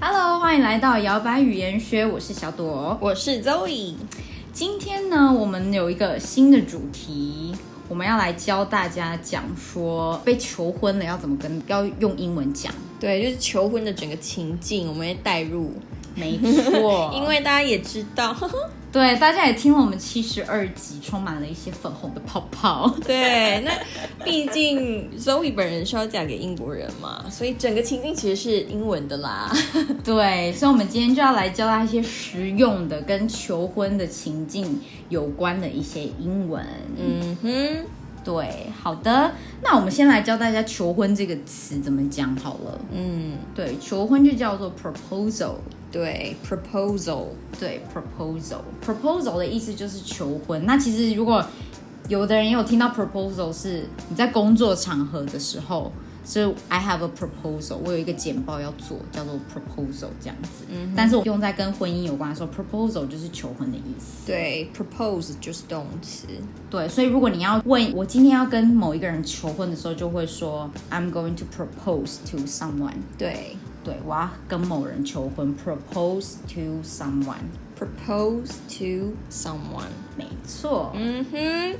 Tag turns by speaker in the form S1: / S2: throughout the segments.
S1: 欢迎来到摇摆语言学，我是小朵。
S2: 我是 Zoe，
S1: 今天呢，我们有一个新的主题，我们要来教大家讲说被求婚了要怎么跟，要用英文讲。
S2: 对，就是求婚的整个情境，我们会带入，
S1: 没错
S2: 因为大家也知道，
S1: 对大家也听了我们七十二集，充满了一些粉红的泡泡。
S2: 对，那毕竟 Zoe 本人是要嫁给英国人嘛，所以整个情境其实是英文的啦。
S1: 对，所以我们今天就要来教大家一些实用的跟求婚的情境有关的一些英文。
S2: 嗯哼，
S1: 对，好的，那我们先来教大家“求婚”这个词怎么讲好了。
S2: 嗯，
S1: 对，求婚就叫做 proposal。
S2: 对，proposal，
S1: 对，proposal，proposal 的意思就是求婚。那其实如果有的人也有听到 proposal，是你在工作场合的时候，是 I have a proposal，我有一个简报要做，叫做 proposal 这样子。嗯，但是我用在跟婚姻有关的时候，proposal 就是求婚的意思。
S2: 对，propose 就是动词。
S1: 对，所以如果你要问我今天要跟某一个人求婚的时候，就会说 I'm going to propose to someone。
S2: 对
S1: 对，我要跟某人求婚，propose to someone。
S2: ，propose to someone。
S1: 没错，
S2: 嗯哼，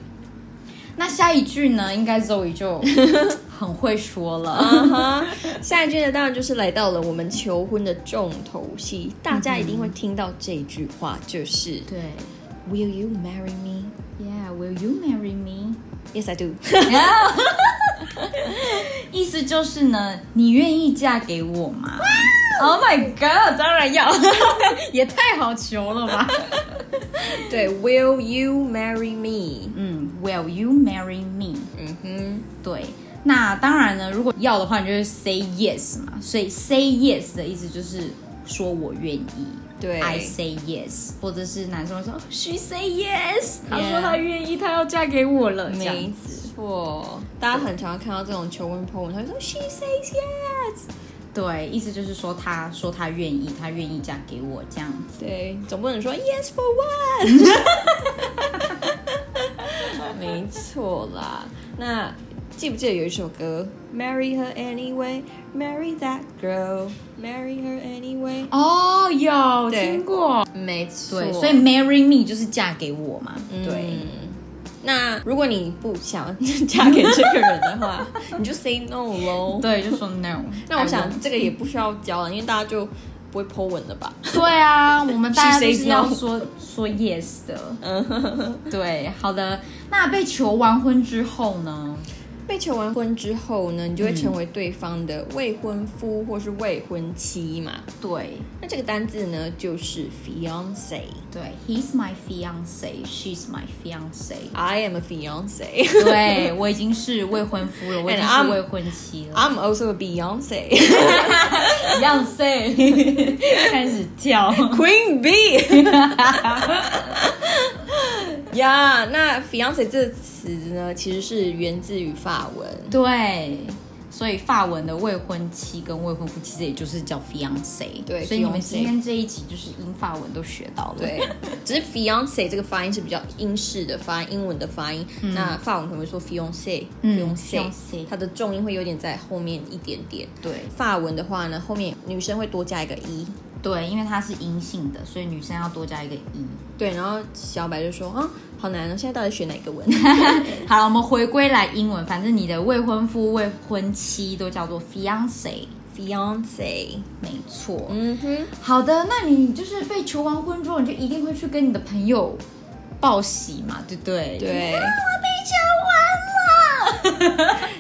S1: 那下一句呢？应该 Zoe 就很会说了。
S2: 嗯哼，下一句呢，当然就是来到了我们求婚的重头戏，大家一定会听到这句话，就是
S1: 对
S2: Will you marry me?
S1: ，Yeah，Will you marry me？
S2: Yes, I do.
S1: 意思就是呢，你愿意嫁给我吗？Oh my god，当然要， 也太好求了 吧。
S2: 对，Will you marry me?
S1: 嗯，Will you marry me？
S2: 嗯哼，
S1: 对，那当然呢，如果要的话，你就是 say yes 嘛。所以 say yes 的意思就是说我愿意。
S2: 对
S1: ，I say yes，或者是男生会说 She say yes，他说
S2: Yeah
S1: 他愿意，他要嫁给我了，这样
S2: 没
S1: 子。
S2: 错，大家很常看到这种求婚 po 文，他会说 She says yes。
S1: 对，意思就是说他说他愿意，他愿意嫁给我这样子。
S2: 对，总不能说 Yes for what 。没错啦，那记不记得有一首歌，Marry her anyway, marry that girl, marry her anyway？
S1: 哦，有
S2: 对
S1: 听过。
S2: 没错，
S1: 对，所以 marry me 就是嫁给我嘛。对，
S2: 嗯。那如果你不想嫁给这个人的 话，你就 say no 喽。
S1: 对，就说 no。
S2: 那我
S1: I
S2: 想
S1: won't
S2: 这个也不需要教了，因为大家就不会 po 文了吧？
S1: 对啊，我们大家 都
S2: She says
S1: 是要
S2: no
S1: 说说 yes 的。
S2: 嗯
S1: 对，好的。那被求完婚之后呢？
S2: 被求完婚之后呢，你就会成为对方的未婚夫或是未婚妻嘛。
S1: 对
S2: 那这个单字呢，就是 fiance。。
S1: 对，He's my fiance, she's my fiance
S2: I am a fiance.
S1: 对我已经是未婚夫了，我已经
S2: And
S1: 是
S2: I'm-
S1: 未婚妻了。
S2: I'm also a Beyonce.
S1: Beyonce 开始跳。
S2: Queen Bee. 呀那 fiance 这个词呢，其实是源自于法文。
S1: 对，所以法文的未婚妻跟未婚夫其实也就是叫 fiance。
S2: 对
S1: 所以你们
S2: fiancé
S1: 今天这一集就是英法文都学到了。
S2: 对，只是 fiance 这个发音是比较英式的发音，英文的发音。那法文可能会说 fiance，fiance，、
S1: 嗯 fiancé
S2: 它的重音会有点在后面一点点。
S1: 对
S2: 法文的话呢，后面女生会多加一个一。
S1: 对，因为它是阴性的，所以女生要多加一个一。
S2: 对，然后小白就说：“啊，好难哦，现在到底选哪个文
S1: 好了，我们回归来英文，反正你的未婚夫、未婚妻都叫做 fiance，
S2: ？”Fiance，
S1: 没错。
S2: 嗯哼，
S1: 好的，那你就是被求完婚之后，你就一定会去跟你的朋友报喜嘛，对不对？哎
S2: 对，
S1: 被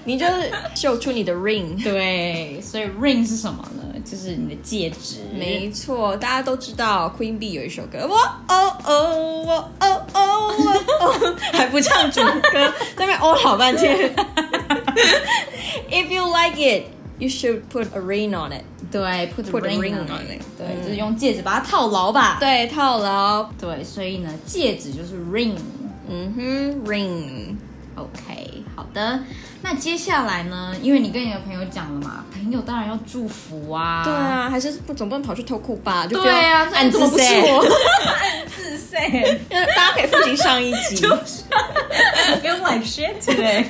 S2: 你就是秀出你的 ring。
S1: 求完了。对，所以 ring 是什么呢？就是你的戒指。
S2: 没错，大家都知道 Queen B 有一首歌，我哦哦，我哦哦，我哦，还不唱 主歌，在那边哦老半天。If you like it, you should put a ring on it。
S1: 对，put
S2: Put a ring
S1: on
S2: on
S1: it
S2: it
S1: 对，
S2: 嗯
S1: 就是用戒指把它套牢吧。
S2: 对，套牢。
S1: 对，所以呢，戒指就是 ring。
S2: 嗯哼，ring。
S1: OK，好的。那接下来呢？因为你跟你的朋友讲了嘛，朋友当然要祝福啊。
S2: 对啊，还是不总不能跑去偷哭吧？就不
S1: 对啊，
S2: 要
S1: 这
S2: 暗
S1: 怎
S2: 自
S1: 么不是
S2: sad
S1: 我？暗自 sad，
S2: 因为大家可以复习上一集
S1: feel like shit today。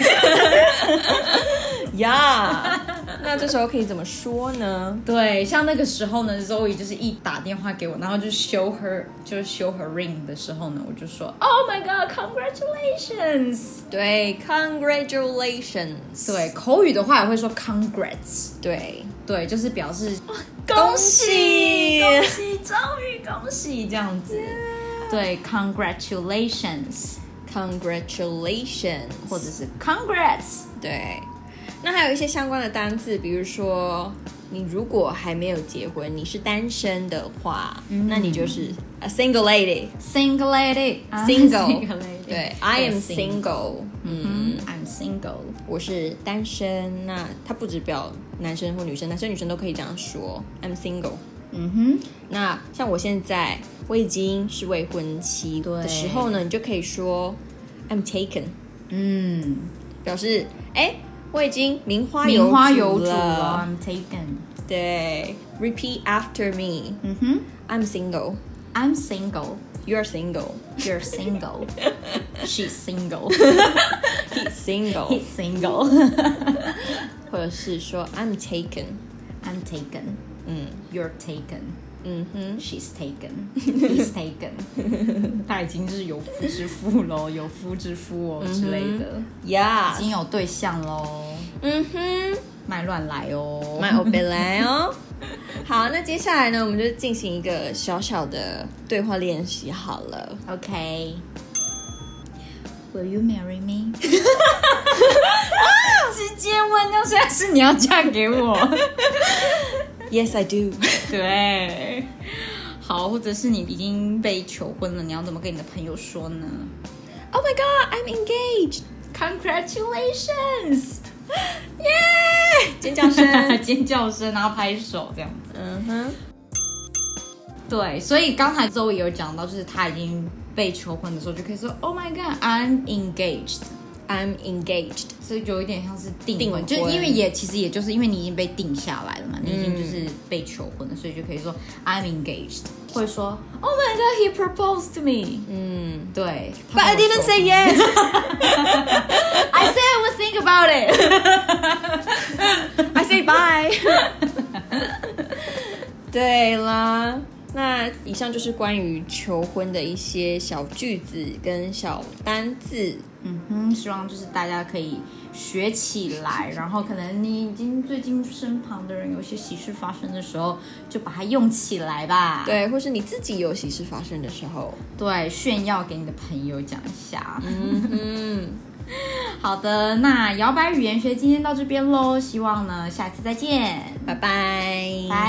S2: 呀。那那这时候可以怎么说呢？
S1: 对，像那个时候呢，Zoe 就是一打电话给我，然后就 show her 就是 show her ring 的时候呢，我就说 Oh my God，congratulations！
S2: 对，Congratulations，
S1: 对，口语的话也会说 congrats，
S2: 对，
S1: 对，就是表示
S2: 恭喜
S1: 恭哦喜，终于恭喜这样子。对，congratulations，
S2: Congratulations，
S1: 或者是 congrats。
S2: 对。那还有一些相关的单字，比如说你如果还没有结婚，你是单身的话，
S1: 嗯
S2: 那你就是 a single lady。
S1: Single lady, I'm
S2: Single
S1: 啊 single lady.
S2: 对，I am
S1: single.
S2: single。
S1: 嗯
S2: 嗯，
S1: ，I'm single.
S2: 我是单身。那它不止表男生或女生，男生女生都可以这样说，I'm single。
S1: 嗯
S2: 那像我现在我已经是未婚妻的时候呢，你就可以说 I'm taken，
S1: 哼，嗯，
S2: 表示哎，我已经名花有
S1: 名花有
S2: 主
S1: 主
S2: 了。
S1: 了，I'm taken.
S2: 对，repeat after me。
S1: 嗯哼
S2: I'm single.
S1: ，I'm single.
S2: You're single.
S1: You're single. She's single.
S2: He's single.
S1: He's single.
S2: 或者是说 I'm taken.
S1: I'm taken.
S2: 嗯
S1: You're taken.
S2: 嗯哼，
S1: She's taken. He's taken. 他已经就是有夫之妇喽，有夫之夫哦之类的，已
S2: Yeah.
S1: 经有对象喽，
S2: 嗯哼，
S1: 卖乱来哦。
S2: 买欧贝莱哦。好，那接下来呢，我们就进行一个小小的对话练习好了。
S1: Okay. Will you marry me？直接问到现在是你要嫁给我？
S2: Yes, I do.
S1: 对。好，或者是你已经被求婚了，你要怎么跟你的朋友说呢
S2: Oh my god, I'm engaged.
S1: ？Congratulations！。
S2: 耶！尖叫 声
S1: 尖叫声，然后拍手这样子。
S2: 嗯哼，
S1: 对，所以刚才周也有讲到，就是他已经被求婚的时候，就可以说 “Oh my God，I'm engaged”。
S2: I'm engaged.
S1: 所以有一点像是订
S2: 订
S1: 婚，
S2: 婚
S1: 就因为也其实也就是因为你已经被定下来了嘛，你已经就是被求婚了，所以就可以说 I'm engaged，或者嗯说 Oh my God，he proposed to me。
S2: 嗯
S1: 对
S2: ，But I didn't say yes.
S1: I said I would think about it 。
S2: I say bye 。对啦，那以上就是关于求婚的一些小句子跟小单字。
S1: 嗯哼，希望就是大家可以学起来，然后可能你已经最近身旁的人有一些喜事发生的时候，就把它用起来吧。
S2: 对，或是你自己有喜事发生的时候，
S1: 对，炫耀给你的朋友讲一下。
S2: 嗯，
S1: 好的，那摇摆语言学今天到这边喽，希望呢下次再见，
S2: 拜拜，
S1: 拜。